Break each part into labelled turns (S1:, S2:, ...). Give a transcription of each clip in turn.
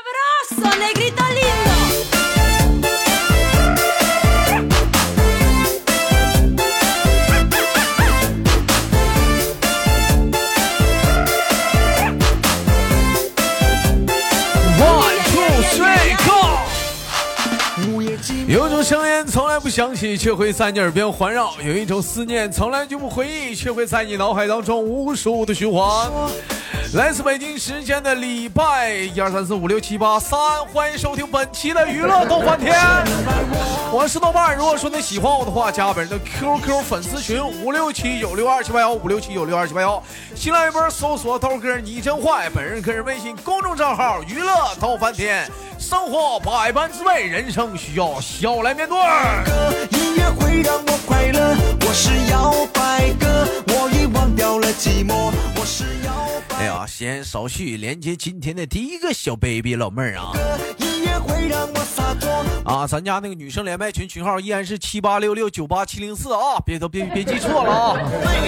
S1: abrazo, negrito lindo.
S2: One two three go。有一种声音从来不响起，却会在你耳边环绕；有一种思念从来就不回忆，却会在你脑海当中无数的循环。来自北京时间的礼拜一、二、三、四、五、六、七、八，三，欢迎收听本期的娱乐逗翻天。我是豆瓣，如果说你喜欢我的话，加本人的 QQ 粉丝群五六七九六二七八幺五六七九六二七八幺，新浪微博搜索豆哥你真坏，本人个人微信公众账号娱乐逗翻天，生活百般滋味，人生需要笑来面对。
S3: 音乐会让我快乐，我是摇摆哥，我已忘掉了寂寞，我是摇
S2: 哎
S3: 摆
S2: 呀，闲言少叙，连接今天的第一个小 baby 老妹儿啊
S3: 哥，音乐会让我洒脱。
S2: 啊，咱家那个女生连麦群群号依然是七八六六九八七零四啊，别都别别记错了啊。
S3: 我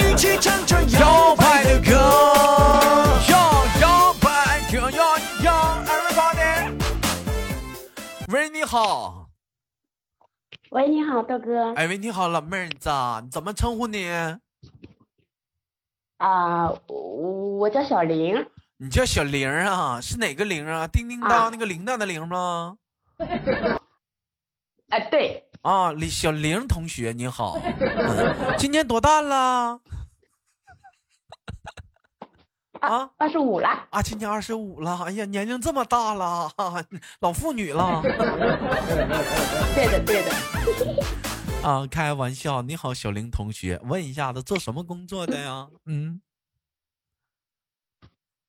S3: 们一起唱唱
S2: 摇
S3: 摇
S2: 摆
S3: 摆
S2: 的
S3: 的
S2: 歌
S3: 歌，
S2: 摇摇摆摇摇摇，everybody。喂，你好，
S4: 喂，你好，豆哥。
S2: 哎喂，你好，老妹儿咋？你怎么称呼你？
S4: 啊、我我叫小玲。
S2: 你叫小玲儿啊？是哪个玲儿啊？叮叮当、
S4: 啊
S2: 那个铃铛的铃吗？
S4: 啊、对，
S2: 啊，李小玲同学你好，今年多大了？啊
S4: 二十五了。
S2: 啊，今年二十五了，哎呀，年龄这么大了，老妇女了。
S4: 对的，对的。
S2: 啊，开玩笑。你好，小玲同学，问一下子，做什么工作的呀？嗯，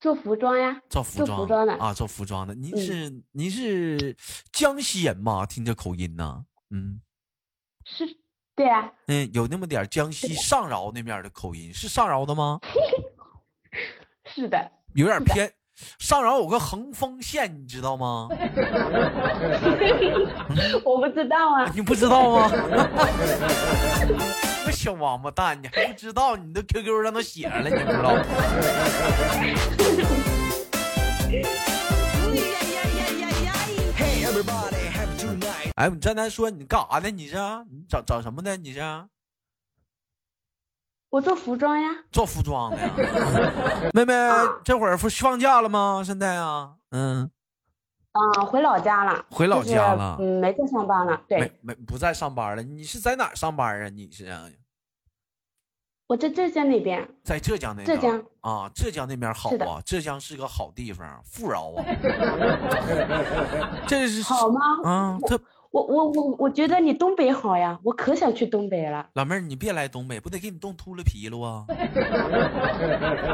S4: 做服装呀？
S2: 做服
S4: 做
S2: 装，
S4: 服装的
S2: 啊，做服装的。您
S4: 嗯
S2: 是、您是江西人吗？听这口音呢，嗯
S4: 是，对呀、
S2: 嗯，有那么点儿江西上饶那面的口音，是上饶的吗？
S4: 是的，
S2: 有点偏。上饶有个横峰县，你知道吗？
S4: 我不知道啊。
S2: 你不知道吗？ 那小王八蛋，你还不知道？你都 QQ 上都写上了，你不知道？
S1: Uy, ay, ay, ay, ay, ay.
S3: Hey everybody, have tonight。
S2: 哎，你刚才说你干啥呢？你是啊你找找什么呢？你是？啊
S4: 我做服装呀。
S2: 做服装的 呀。妹妹，这会儿不放假了吗？现在啊，嗯，
S4: 啊、回老家了。
S2: 回老
S4: 就是
S2: 家了
S4: 嗯，没在上班了。
S2: 没
S4: 对，
S2: 没不在上班了。你是在哪儿上班啊？你是啊
S4: 我在浙江那边。
S2: 在浙江那边？
S4: 浙江
S2: 啊，浙江那边好
S4: 是
S2: 啊
S4: 的，
S2: 浙江是个好地方，富饶 啊。这是
S4: 好吗？
S2: 啊，这
S4: 我我我我觉得你东北好呀，我可想去东北了。
S2: 老妹儿，你别来东北，不得给你冻秃噜皮了 啊！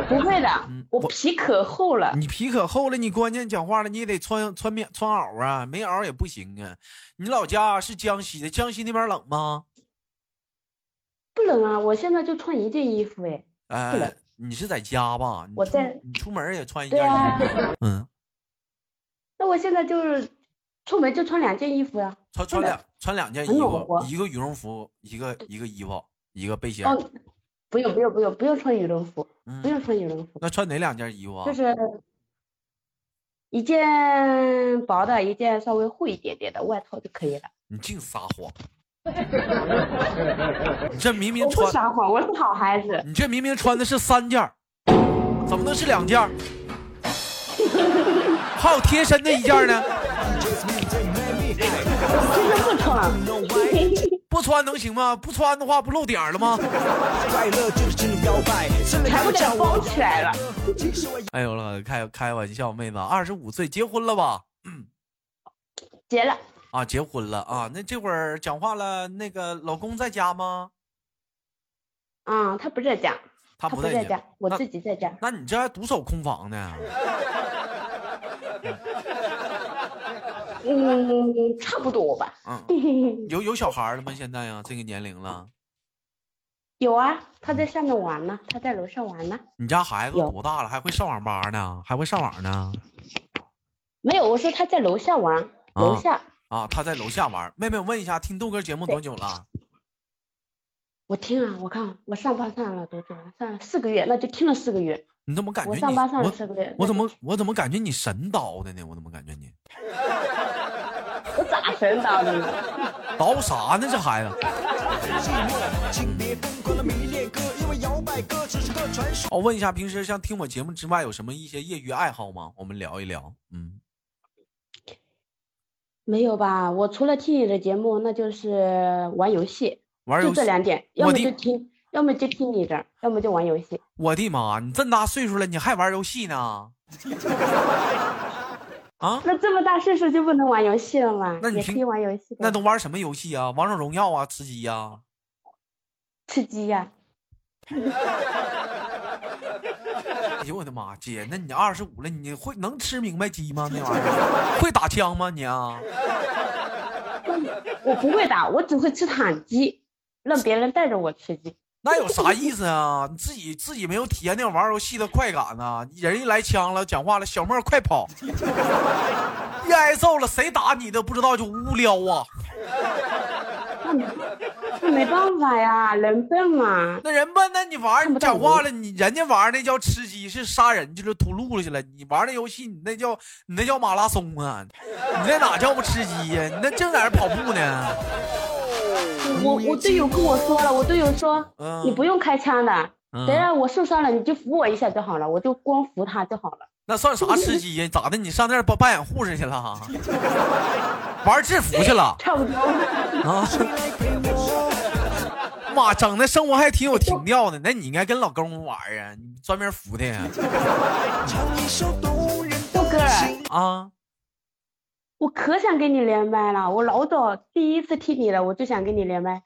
S4: 不会的，
S2: 嗯
S4: 我
S2: 我
S4: 皮可厚了。
S2: 你皮可厚了，你关键讲话了，你也得穿穿棉穿袄啊，没袄也不行啊。你老家是江西的，江西那边冷吗？
S4: 不冷啊，我现在就穿一件衣服哎。
S2: 哎、
S4: 不冷
S2: 你是在家吧？你
S4: 我
S2: 出
S4: 在
S2: 你出门儿也穿一
S4: 对
S2: 件
S4: 啊
S2: 衣服。嗯，
S4: 那我现在就是出门就穿两件衣服呀。
S2: 穿穿两穿两件衣
S4: 很暖
S2: 服，
S4: 和
S2: 一个羽绒服，一个一个衣服，一个背心儿。
S4: 哦，不用不用不用不用穿羽绒服，不
S2: 嗯，
S4: 用穿羽绒服，
S2: 那穿哪两件衣服啊？
S4: 就是一件薄的，一件稍微厚一点点的外套就可以了。
S2: 你净撒 谎！你这明明
S4: 我不
S2: 穿，
S4: 撒谎，我是好 孩子。
S2: 你这明明穿的是三件儿，怎么能是两件儿？ 还有贴身的一件儿呢，
S4: 真的不穿，
S2: 不穿能行吗？不穿的话不露点儿了吗？
S3: 快乐就是这种摇摆，身为
S4: 全
S3: 个
S4: 部给
S3: 叫
S4: 它
S3: 我
S4: 包起来了。
S3: 其实我
S2: 哎呦了，开开玩笑，妹子，二十五岁结婚了吧？
S4: 结了，
S2: 啊，结婚了啊！那这会儿讲话了，那个老公在家吗？
S4: 啊、他不在家，
S2: 他
S4: 不
S2: 在
S4: 在家，我
S2: 那
S4: 自己在家。
S2: 那你这还独守空房呢？
S4: 嗯，差不多吧。
S2: 嗯，有有小孩了吗？现在呀，这个年龄了，
S4: 有啊，他在下面玩呢，他在楼上玩呢。
S2: 你家孩子
S4: 有
S2: 多大了？还会上网吧呢？还会上网呢？
S4: 没有，我说他在楼下玩，楼
S2: 啊
S4: 下。
S2: 啊，他在楼下玩。妹妹，我问一下，听豆哥节目多久了？
S4: 我听啊，我看我上班上了多久了？上了四个月，那就听了四个月。
S2: 你怎么感觉
S4: 我
S2: 你
S4: 上班上
S2: 我
S4: 的是不是？
S2: 我怎么我怎么感觉你神叨的呢？我怎么感觉你
S4: 我咋神叨的啊呢？
S2: 叨啥呢？这孩子，
S3: 寂寞，
S4: 啊
S3: 请别疯狂的迷恋歌，因为摇摆歌只是个传说。
S2: 我问一下，平时像听我节目之外，有什么一些业余爱好吗？我们聊一聊。嗯，
S4: 没有吧？我除了听你的节目，那就是玩游戏，
S2: 玩游
S4: 就
S2: 戏
S4: 这。两点，
S2: 我
S4: 要么
S2: 的
S4: 就听，要么就听你的，要么就玩游戏。
S2: 我的妈！你这么大岁数了，你还玩游戏呢？啊？
S4: 那这么大岁数就不能玩游戏了吗？
S2: 那你
S4: 也
S2: 平
S4: 可以玩游戏的，
S2: 那都玩什么游戏啊？王者荣耀啊，吃鸡呀、
S4: 吃鸡呀、
S2: 哎呦我的妈，姐，那你二十五了，你会能吃明白鸡吗？那玩意儿会打枪吗？你啊？
S4: 我不会打，我只会吃坦鸡，让别人带着我吃鸡。
S2: 那有啥意思啊？你自己自己没有体验那种玩游戏的快感呢、人一来枪了，讲话了，小莫快跑！ 一挨揍了，谁打你都不知道，就无聊啊。
S4: 那没办法呀，人笨嘛。
S2: 那人笨，那你玩儿
S4: 看
S2: 你
S4: 不到
S2: 讲话了，你人家玩儿那叫吃鸡，是杀人，就是屠戮去了。你玩儿那游戏，你那叫你那叫马拉松啊，你那哪叫不吃鸡呀、你那正在那跑步呢。
S4: 我我队友跟我说了，我队友说、
S2: 嗯
S4: 你不用开枪的，
S2: 嗯
S4: 等下我受伤了你就扶我一下就好了，我就光扶他就好了。
S2: 那算啥吃鸡呀？咋的？你上那儿扮扮演护士去了 啊？玩儿制服去了
S4: 差不多，
S2: 啊？ 妈，整的生活还挺有情调的。那你应该跟老公玩儿啊，你专门服他呀
S3: 唱一首动人
S4: 豆哥
S3: 的
S4: 儿
S3: 情
S2: 啊？
S4: 我可想跟你连麦了，我老早第一次听你了，我就想跟你连麦，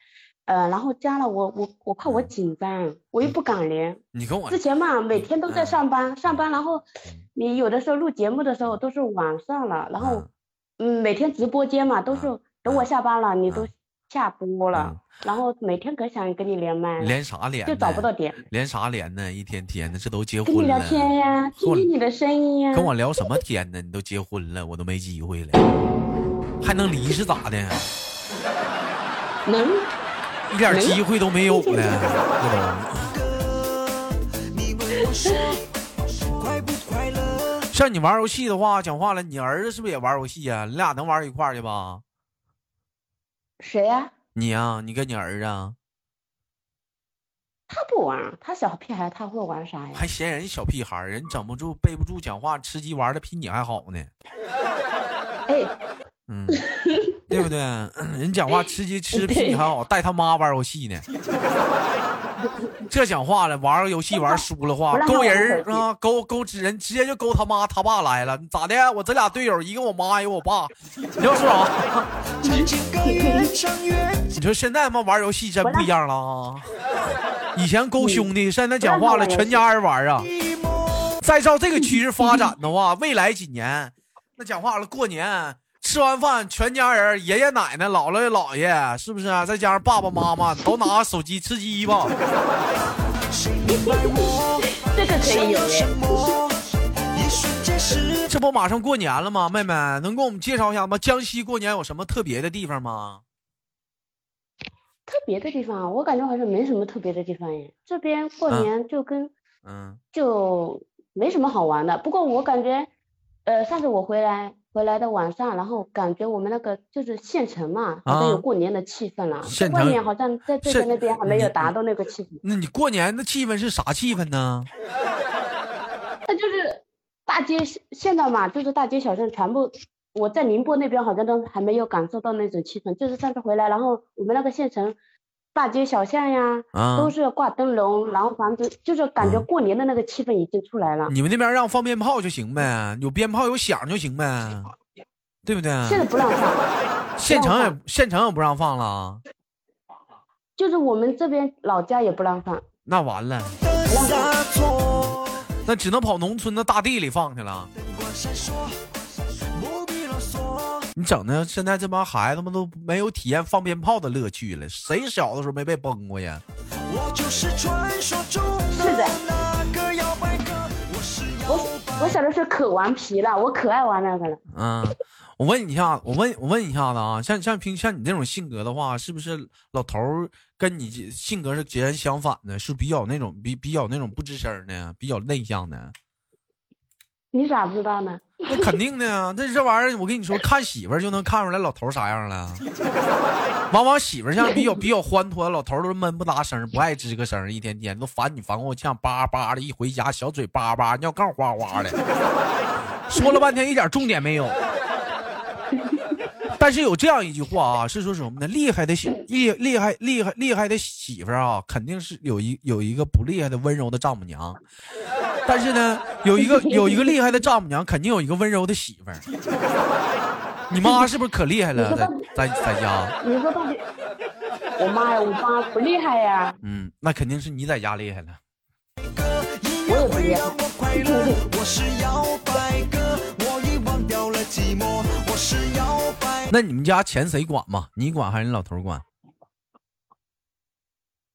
S4: 呃，然后加了我我我怕我紧张，我又不敢连。
S2: 你跟我
S4: 之前嘛，每天都在
S2: 嗯
S4: 上班，上班然后你有的时候录节目的时候都是晚上了，然后
S2: 嗯
S4: 嗯，每天直播间嘛都是等我下班了，你都
S2: 嗯
S4: 下播
S2: 嗯
S4: 了，然后每天可想跟你连麦了，
S2: 连啥连呢？
S4: 就找不到点。
S2: 连啥连呢？一天天的，这都结
S4: 跟你
S2: 婚
S4: 聊
S2: 了，
S4: 天呀，听听你的声音呀。
S2: 跟我聊什么天呢？你都结婚了，我都没机会了，还能离是咋的？
S4: 能，
S2: 一点机会都没有了， 这
S3: 歌，你问我说 快不快乐？
S2: 都。像你玩游戏的话，讲话了，你儿子是不是也玩游戏呀、你俩能玩一块儿去吧？
S4: 谁呀、
S2: 你呀、你跟你儿子啊
S4: 他不玩，他小屁孩，他会玩啥呀？
S2: 还嫌人小屁孩儿，人整不住、背不住讲话，吃鸡玩的比你还好呢，
S4: 哎，
S2: 嗯，对不对？ 人讲话吃鸡吃的比你还好，带他妈玩游戏 呢。这讲话了，玩个游戏玩输了话
S4: 不，让他
S2: 勾
S4: 玩
S2: 人
S4: 手
S2: 儿
S4: 机
S2: 啊，勾勾指人，直接就勾他妈他爸来了。咋的？我这俩队友，一个我妈，一个我爸。你要说啥？
S3: 唱情歌越唱越
S2: 你说现在他妈玩游戏真不一样了啊！以前勾兄弟，现在讲话了，
S4: 不让他玩游戏
S2: 全家人玩啊。
S3: 寂寞。
S2: 再照这个趋势发展的话，未来几年，那讲话了，过年吃完饭，全家人爷爷奶奶、姥姥姥爷，是不是、啊？再加上爸爸妈妈，都拿手机吃鸡吧。
S3: 谁明白我
S4: 这个可
S3: 想
S4: 以有
S3: 要什
S4: 的。
S3: 么？一瞬间是
S2: 这不马上过年了吗？妹妹，能给我们介绍一下吗？江西过年有什么特别的地方吗？
S4: 特别的地方，啊我感觉好像没什么特别的地方耶。这边过
S2: 嗯
S4: 年就跟、
S2: 嗯
S4: 就没什么好玩的。不过我感觉，呃，上次我回来回来的晚上，然后感觉我们那个就是县城嘛，好像
S2: 啊
S4: 有过年的气氛了。
S2: 县
S4: 外
S2: 城
S4: 面好像在这
S2: 县
S4: 边那边还没有
S2: 你
S4: 达到那个气氛，
S2: 那你过年的气氛是啥气氛呢？
S4: 那就是大街小现在嘛，就是大街小巷全部。我在宁波那边好像都还没有感受到那种气氛，就是上次回来，然后我们那个县城，大街小巷呀，
S2: 啊
S4: 都，是挂灯笼，然后房子就是感觉
S2: 嗯
S4: 过年的那个气氛已经出来了。
S2: 你们那边让放鞭炮就行呗，有鞭炮有响就行呗，对不对？
S4: 现在不让放，
S2: 县城
S4: 让
S2: 也县城也不让放了啊，
S4: 就是我们这边老家也不让放，
S2: 那完了。
S3: 的洒脱，
S2: 那只能跑农村的大地里放去了。
S3: 灯光闪烁，不必啰嗦。
S2: 你整的现在这帮孩子们都没有体验放鞭炮的乐趣了。谁小的时候没被崩过呀？
S3: 我就是传说中
S4: 是
S3: 的
S4: 的
S3: 那个摇摆哥，我是摇摆
S4: 我小的时候可顽皮了，我可爱玩那个了。
S2: 嗯，我问你一下，我问我问你一下子啊，像像平像你这种性格的话，是不是老头儿跟你这性格是截然相反的，是比较那种比比较那种不吱声儿的，比较内向的。
S4: 你咋知道呢？
S2: 那肯定的呀， 那这玩意儿我跟你说，看媳妇儿就能看出来老头儿啥样了。往往媳妇儿像比较比较欢脱，老头儿都闷不搭声儿，不爱吱个声儿，一天天都烦你烦我呛，叭叭的，一回家小嘴叭叭，尿杠哗哗的，说了半天一点重点没有。但是有这样一句话啊，是说什么呢？厉害的媳厉厉害厉害厉害的媳妇儿啊，肯定是有一有一个不厉害的温柔的丈母娘。但是呢，有一个有一个厉害的丈母娘，肯定有一个温柔的媳妇儿。你妈是不是可厉害了，在在在家？
S4: 你说到底，我妈呀，我妈不厉害呀，
S2: 嗯，那肯定是你在家厉害了。
S3: 音乐会让我快乐，我是摇摆哥，我已忘掉了寂寞，我是摇摆。
S2: 那你们家钱谁管嘛？你管还是你老头儿管？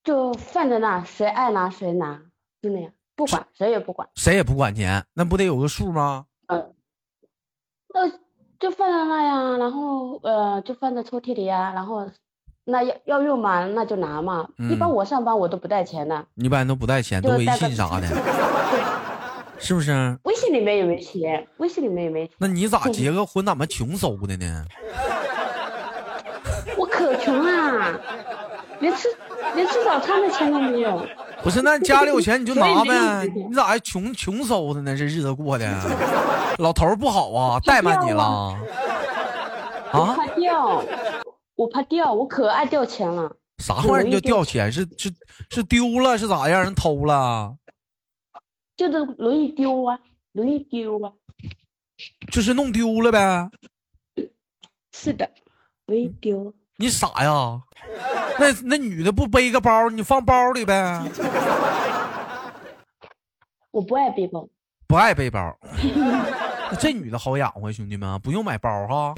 S4: 就放在那，谁爱拿谁拿，真的呀，不管谁也不管，
S2: 谁也不管钱，那不得有个数吗？
S4: 那呃就放在那呀，然后呃，就放在抽屉里呀，然后那要要用嘛，那就拿嘛。一般
S2: 嗯
S4: 我上班我都不带钱的，
S2: 一般都不带钱，都
S4: 就
S2: 微
S4: 带个
S2: 信啥的，是不是？
S4: 微信里面也没钱，微信里面也没钱，
S2: 那你咋结个婚咋么穷搜的呢？
S4: 我可 穷啊，连吃连吃早餐的钱都没有。
S2: 不是，那家里有钱你就拿呗
S4: 所以没有结，婚
S2: 你咋还穷穷搜的呢？这日子过的， 老头儿不好啊，怠慢你了
S4: 我
S2: 啊？
S4: 怕掉，我怕掉，我可爱掉钱了。
S2: 啥玩意儿你就掉钱？是是是丢了是咋样？人偷了？
S4: 就是容易丢啊，容易丢啊。
S2: 就是弄丢了呗？
S4: 是的，容易丢。
S2: 你傻呀？那那女的不背个包，你放包里呗？
S4: 我不爱背包，
S2: 不爱背包，这女的好养活，兄弟们啊不用买包哈。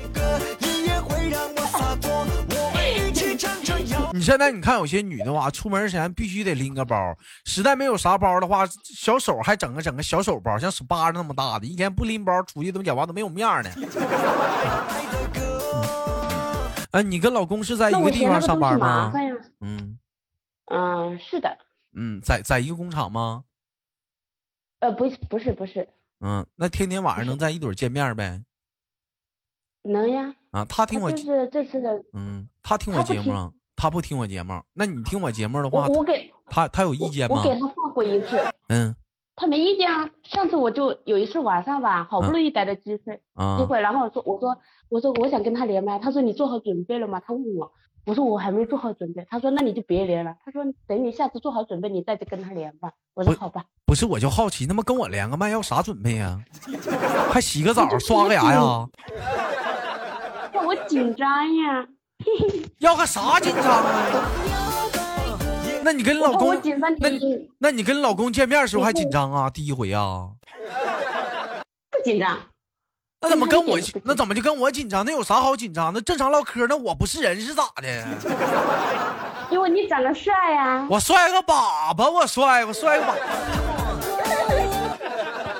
S3: 音乐会让我洒脱，我们一起唱着摇。
S2: 你现在你看有些女的哇，出门前必须得拎个包，实在没有啥包的话，小手还整个整个小手包，像手巴掌那么大的，一天不拎包出去都讲话都没有面儿呢。 啊，你跟老公是在一
S4: 那我
S2: 个地
S4: 嫌那
S2: 方
S4: 个
S2: 上
S4: 东西
S2: 班
S4: 麻
S2: 吗？
S4: 烦呀。
S2: 嗯
S4: 嗯，是的，
S2: 嗯，在在一个工厂吗？
S4: 呃，不是，不是，不是，
S2: 嗯，那天天晚上能在一堆儿见面呗？
S4: 能呀。
S2: 啊，他听
S4: 他
S2: 我
S4: 就
S2: 节，
S4: 是这次的，
S2: 嗯，他听我
S4: 他不
S2: 节目
S4: 听
S2: 啊，他不听我节目，那你听我节目的
S4: 我
S2: 话，
S4: 我给
S2: 他他有
S4: 我
S2: 意见
S4: 我
S2: 吗？
S4: 给他放过一次，
S2: 嗯
S4: 他没意见啊。上次我就有一次晚上吧，好不
S2: 嗯
S4: 容易逮到机会，
S2: 啊
S4: 机，会，然后说我说我说我想跟他连麦，他说你做好准备了吗？他问我，我说我还没做好准备，他说那你就别连了，他说等你下次做好准备你再去跟他连吧。我说
S2: 不
S4: 好吧，
S2: 不是，我就好奇，他妈跟我连个麦要啥准备呀、还洗个澡
S4: 就，是
S2: 刷个牙呀
S4: 嗯？那我紧张呀，
S2: 要个啥紧张啊？那你跟老
S4: 我怕我
S2: 公，
S4: 紧张
S2: 那
S4: 你
S2: 你那你跟老公见面的时候还紧张啊？第一回啊？
S4: 不紧张，
S2: 那怎么跟我
S4: 一点都不紧张
S2: 那怎么就跟我紧张？那有啥好紧张？那正常唠嗑，那我不是人是咋的？
S4: 因为你长得帅呀、
S2: 我摔个粑粑，我摔，我摔个粑。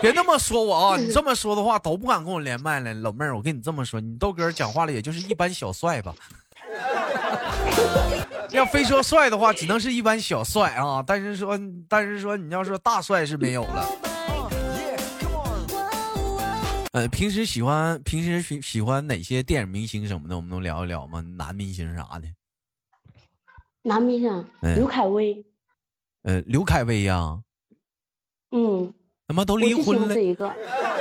S2: 别那么说我啊！你这么说的话，都不敢跟我连麦了。老妹儿，我跟你这么说，你豆哥讲话了，也就是一般小帅吧。要非说帅的话，只能是一般小帅啊。但是说，但是说，你要说大帅是没有了。呃，平时喜欢平时喜喜欢哪些电影明星什么的，我们能聊一聊吗？男明星啥的？
S4: 男明星
S2: 嗯
S4: 刘恺威，
S2: 呃，刘恺威呀、
S4: 嗯，
S2: 他妈都
S4: 我
S2: 离
S4: 就喜
S2: 婚
S4: 欢
S2: 了
S4: 这，一个，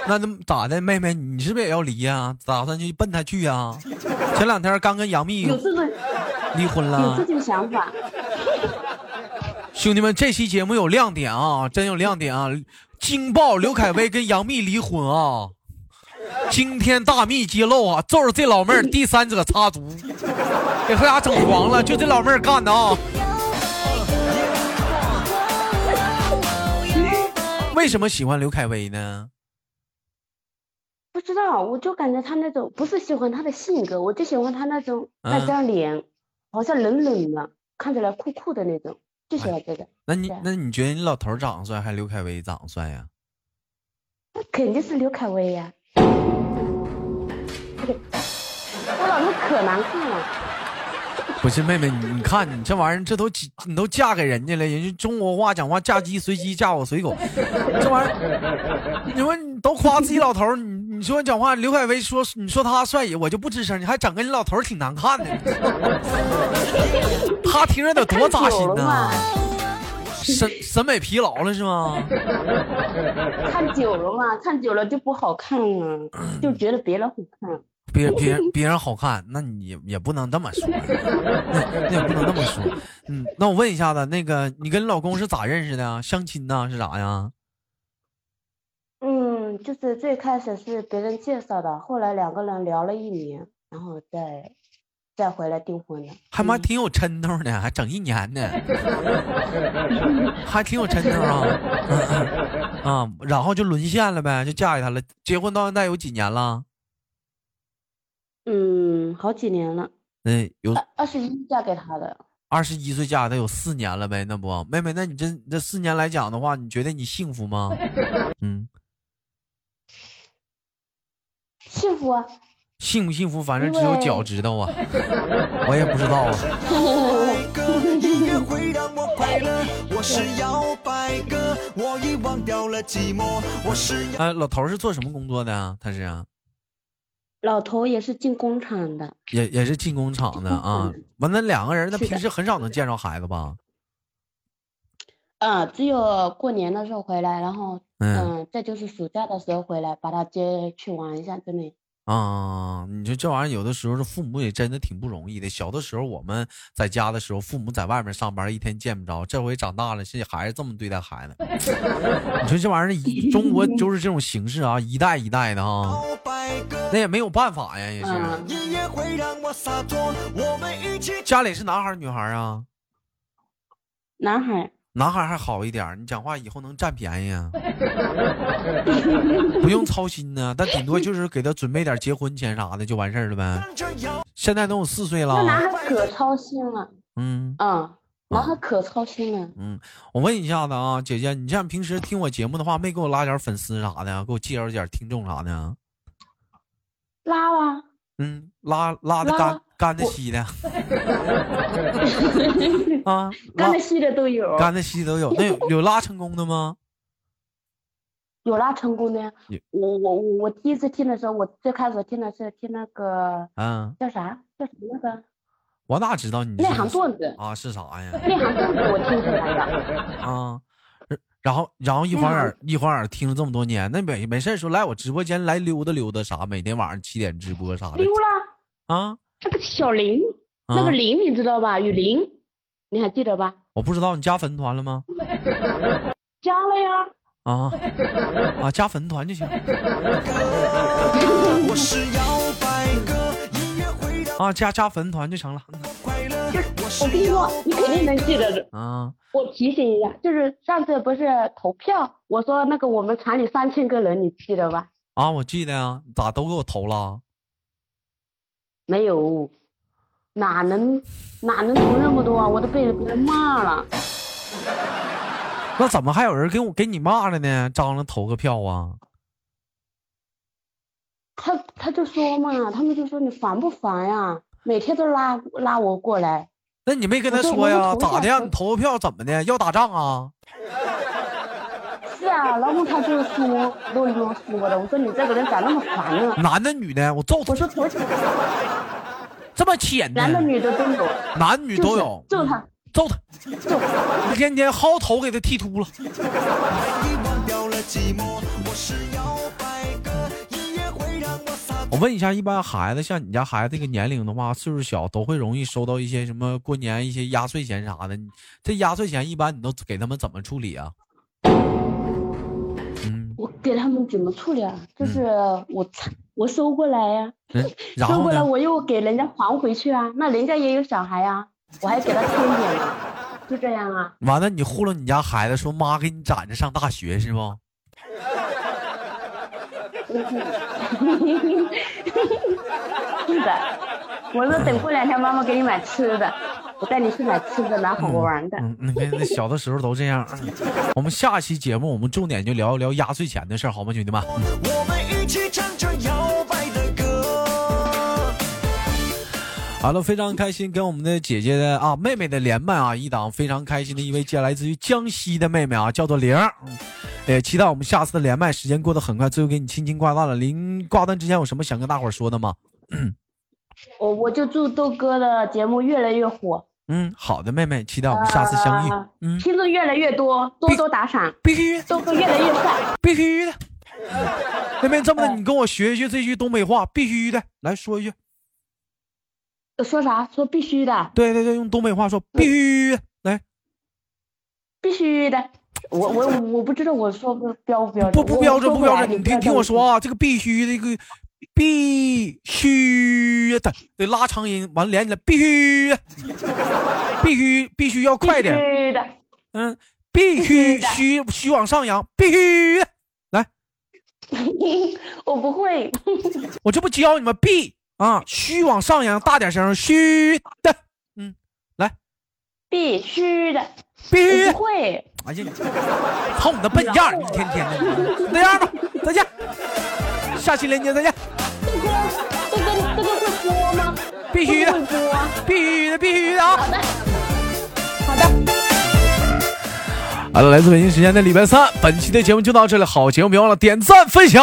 S2: 那那么咋的，妹妹，你是不是也要离呀、打算去奔他去呀、前两天刚跟杨幂
S4: 有这种
S2: 离婚
S4: 有这
S2: 了，
S4: 种想法，
S2: 兄弟们，这期节目有亮点啊，真有亮点啊！惊爆刘恺威跟杨幂离婚啊！惊天大秘揭露啊，就是这老妹儿第三者插足，给他俩整黄了，就这老妹儿干的啊！为什么喜欢刘恺威呢？
S4: 不知道，我就感觉他那种不是喜欢他的性格，我就喜欢他那种那
S2: 嗯
S4: 张脸，好像冷冷的，看起来酷酷的那种，就喜欢这个。
S2: 那你
S4: 对
S2: 那你觉得你老头儿长得帅还是刘恺威长得帅呀、
S4: 那 肯定是刘恺威 呀、我老头可难看了，
S2: 不是妹妹，你你看你这玩意儿，这都几你都嫁给人家了，人家中国话讲话，嫁鸡随鸡，嫁我随狗，这玩意儿，你说你都夸自己老头儿，你你说讲话，刘恺威说你说他帅，我就不吱声，你还整个你老头儿挺难看的，他听着得多扎心
S4: 看久了
S2: 呐
S4: 嘛！
S2: 审审美疲劳了是吗？
S4: 看久了嘛，看久了就不好看了，
S2: 嗯
S4: 就觉得别人好看。
S2: 别人别人别人好看，那你也也不能这么说，那那也不能这么说。嗯，那我问一下子，那个你跟老公是咋认识的啊？相亲呢、是啥呀？
S4: 嗯，就是最开始是别人介绍的，后来两个人聊了一年，然后再再回来订婚的。
S2: 还妈挺有抻头呢，还整一年呢，还挺有抻头啊。 啊、嗯然后就沦陷了呗，就嫁给他了。结婚到现在有几年了？
S4: 嗯，好几年了，
S2: 嗯，有
S4: 二二十一嫁给他的。
S2: 二十一岁嫁给他有四年了呗，那不，妹妹，那你这你这四年来讲的话，你觉得你幸福吗？嗯，
S4: 幸福啊！
S2: 幸不幸福，反正只有
S4: 因为
S2: 脚知道啊， 我也不知道啊。
S3: 百个音乐会让我快乐，我是摇摆哥，我已忘掉了寂寞，我是摇。
S2: 哎，老头儿是做什么工作的啊？他是啊
S4: 老头也是进工厂的，
S2: 也也是进工厂的 啊。完，那两个人，那
S4: 是的
S2: 平时很少能见着孩子吧？
S4: 啊，只有过年的时候回来，然后
S2: 嗯
S4: 嗯、再就是暑假的时候回来，把他接去玩一下，真的。
S2: 啊，你说这玩意儿有的时候是父母也真的挺不容易的。小的时候我们在家的时候，父母在外面上班，一天见不着。这回长大了，这还是这么对待孩 子。你说这玩意儿一，中国就是这种形式啊，一代一代的啊，
S3: 摇摆哥，
S2: 那也没有办法呀，也是。啊
S4: 嗯
S3: 音乐会让我洒脱，我们一起。
S2: 家里是男孩儿女孩儿啊？
S4: 男孩儿，
S2: 男孩还好一点儿，你讲话以后能占便宜啊， 不用操心呢。但顶多就是给他准备点结婚钱啥的就完事儿了呗。
S3: 跟着摇
S2: 现在都有四岁
S4: 那男
S2: 了，
S4: 孩儿可操心了，
S2: 嗯
S4: 嗯，男孩儿可操心了。
S2: 嗯。我问一下子啊，姐姐，你像平时听我节目的话，没给我拉点粉丝啥的，给我介绍点听众啥的啊？
S4: 拉啊啦，
S2: 嗯，拉拉的干
S4: 拉
S2: 干的 稀的啊，
S4: 干
S2: 拉
S4: 的系的都有，
S2: 干的稀都有。那有有拉成功的吗？
S4: 有拉成功的呀
S2: 有。
S4: 我我我我第一次听的时候，我最开始听的是听那个
S2: 嗯，
S4: 叫啥叫什么那个
S2: 我哪知道你
S4: 内
S2: 是
S4: 行段子，
S2: 啊是啥呀？
S4: 内行段子我听出来 的。
S2: 啊，然然后然后一晃眼儿一晃眼儿听了这么多年，那没没事儿说来我直播间来溜达溜达啥，每天晚上七点直播啥的
S4: 溜啦，
S2: 啊
S4: 那个小林，
S2: 啊
S4: 那个！林你知道吧？雨林，你还记得吧？
S2: 我不知道你加粉团了吗？
S4: 加了呀。
S2: 啊啊，加粉团就行
S3: 哥，我是摇摆哥，音乐会让我
S2: 啊，加加粉团就成了
S3: 快乐，我
S4: 我跟
S3: 是
S4: 你说
S3: 摇，
S4: 你肯定能记得的。
S2: 啊
S4: 我提醒一下，就是上次不是投票，我说那个我们厂里三千个人，你记得吧？
S2: 啊！我记得呀，咋都给我投了？
S4: 没有，哪能哪能投那么多啊？我都被别人骂了。
S2: 那怎么还有人给我给你骂了呢？张罗投个票啊！
S4: 他他就说嘛，他们就说你烦不烦呀？每天都拉拉我过来，
S2: 那你没跟他
S4: 我说
S2: 说呀？
S4: 我投
S2: 咋的呀？
S4: 票
S2: 你投个票怎么的？要打仗啊？
S4: 是啊，然后他就说啰里啰嗦的。我说你这个人咋那么烦呢？
S2: 男的女的？我揍他
S4: 我！说投几个，
S2: 这么气人呢？
S4: 男的女的都有，
S2: 男嗯女
S4: 就是
S2: 都有。嗯
S4: 就他，
S2: 揍他！一天天薅头给他剃秃了。
S3: 已忘掉了寂寞，我是摇摆哥，音乐会让我洒脱。
S2: 我问一下，一般孩子像你家孩子这个年龄的话，岁数小都会容易收到一些什么过年一些压岁钱啥的。你这压岁钱一般你都给他们怎么处理啊？嗯，
S4: 我给他们怎么处理啊？就是我擦我收过来呀、
S2: 然嗯然
S4: 收
S2: 后
S4: 过来
S2: 呢？
S4: 我又给人家还回去啊，那人家也有小孩呀、我还给他添一点呢，就这样啊。
S2: 完了，你糊弄你家孩子说妈给你攒着上大学是不？
S4: 是的，我说等过两天妈妈给你买吃的，我带你去买吃的，买好玩的。
S2: 嗯，你看那小的时候都这样。 我们下期节目我们重点就聊一聊压岁钱的事儿，好吗，兄弟们？
S3: 我们一起唱着摇摆的歌。
S2: 好了，非常开心跟我们的姐姐的啊妹妹的连麦啊，一档非常开心的一位，来自于江西的妹妹啊，叫做玲儿。嗯也期待我们下次的连麦，时间过得很快，最后给你轻轻挂断了。临挂断之前有什么想跟大伙儿说的吗？
S4: 我我就祝豆哥的节目越来越火，
S2: 嗯，好的，妹妹，期待我们下次相遇。
S4: 啊
S2: 嗯，
S4: 听众越来越多，多多打赏，
S2: 必须的，
S4: 豆哥越来越帅。
S2: 必须的。妹妹，这么的，你跟我学一句这句东北话，必须的，来说一句。
S4: 说啥？说必须的，
S2: 对对对，用东北话说，必须的。来，
S4: 必 须的。我我我不知道我说不标不标准，
S2: 不不标准，
S4: 我
S2: 不
S4: 我说
S2: 标
S4: 来
S2: 准，你
S4: 不要
S2: 听听
S4: 这
S2: 我
S4: 么
S2: 说啊，这个必须的，这个必须的，得拉长音，完了连起来，必须的，必须必须要快点，
S4: 必须的，
S2: 嗯，必须须须往上扬，必须的，来，
S4: 我不会。
S2: 我这不教你们必啊，须往上扬，大点声，须的，嗯，来，
S4: 必须的，
S2: 必须
S4: 我
S2: 的
S4: 不，会。
S2: 哎呀，你瞅你那笨样儿，一天天的，那样吧，再见，下期连接再见，
S4: 豆哥，豆哥，豆哥会播吗？
S2: 必须的
S4: 豆哥会播啊。
S2: 必须的，必须的啊。
S4: 好的，好的。
S5: 好了，来自北京时间的礼拜三，本期的节目就到这里，好节目别忘了点赞分享。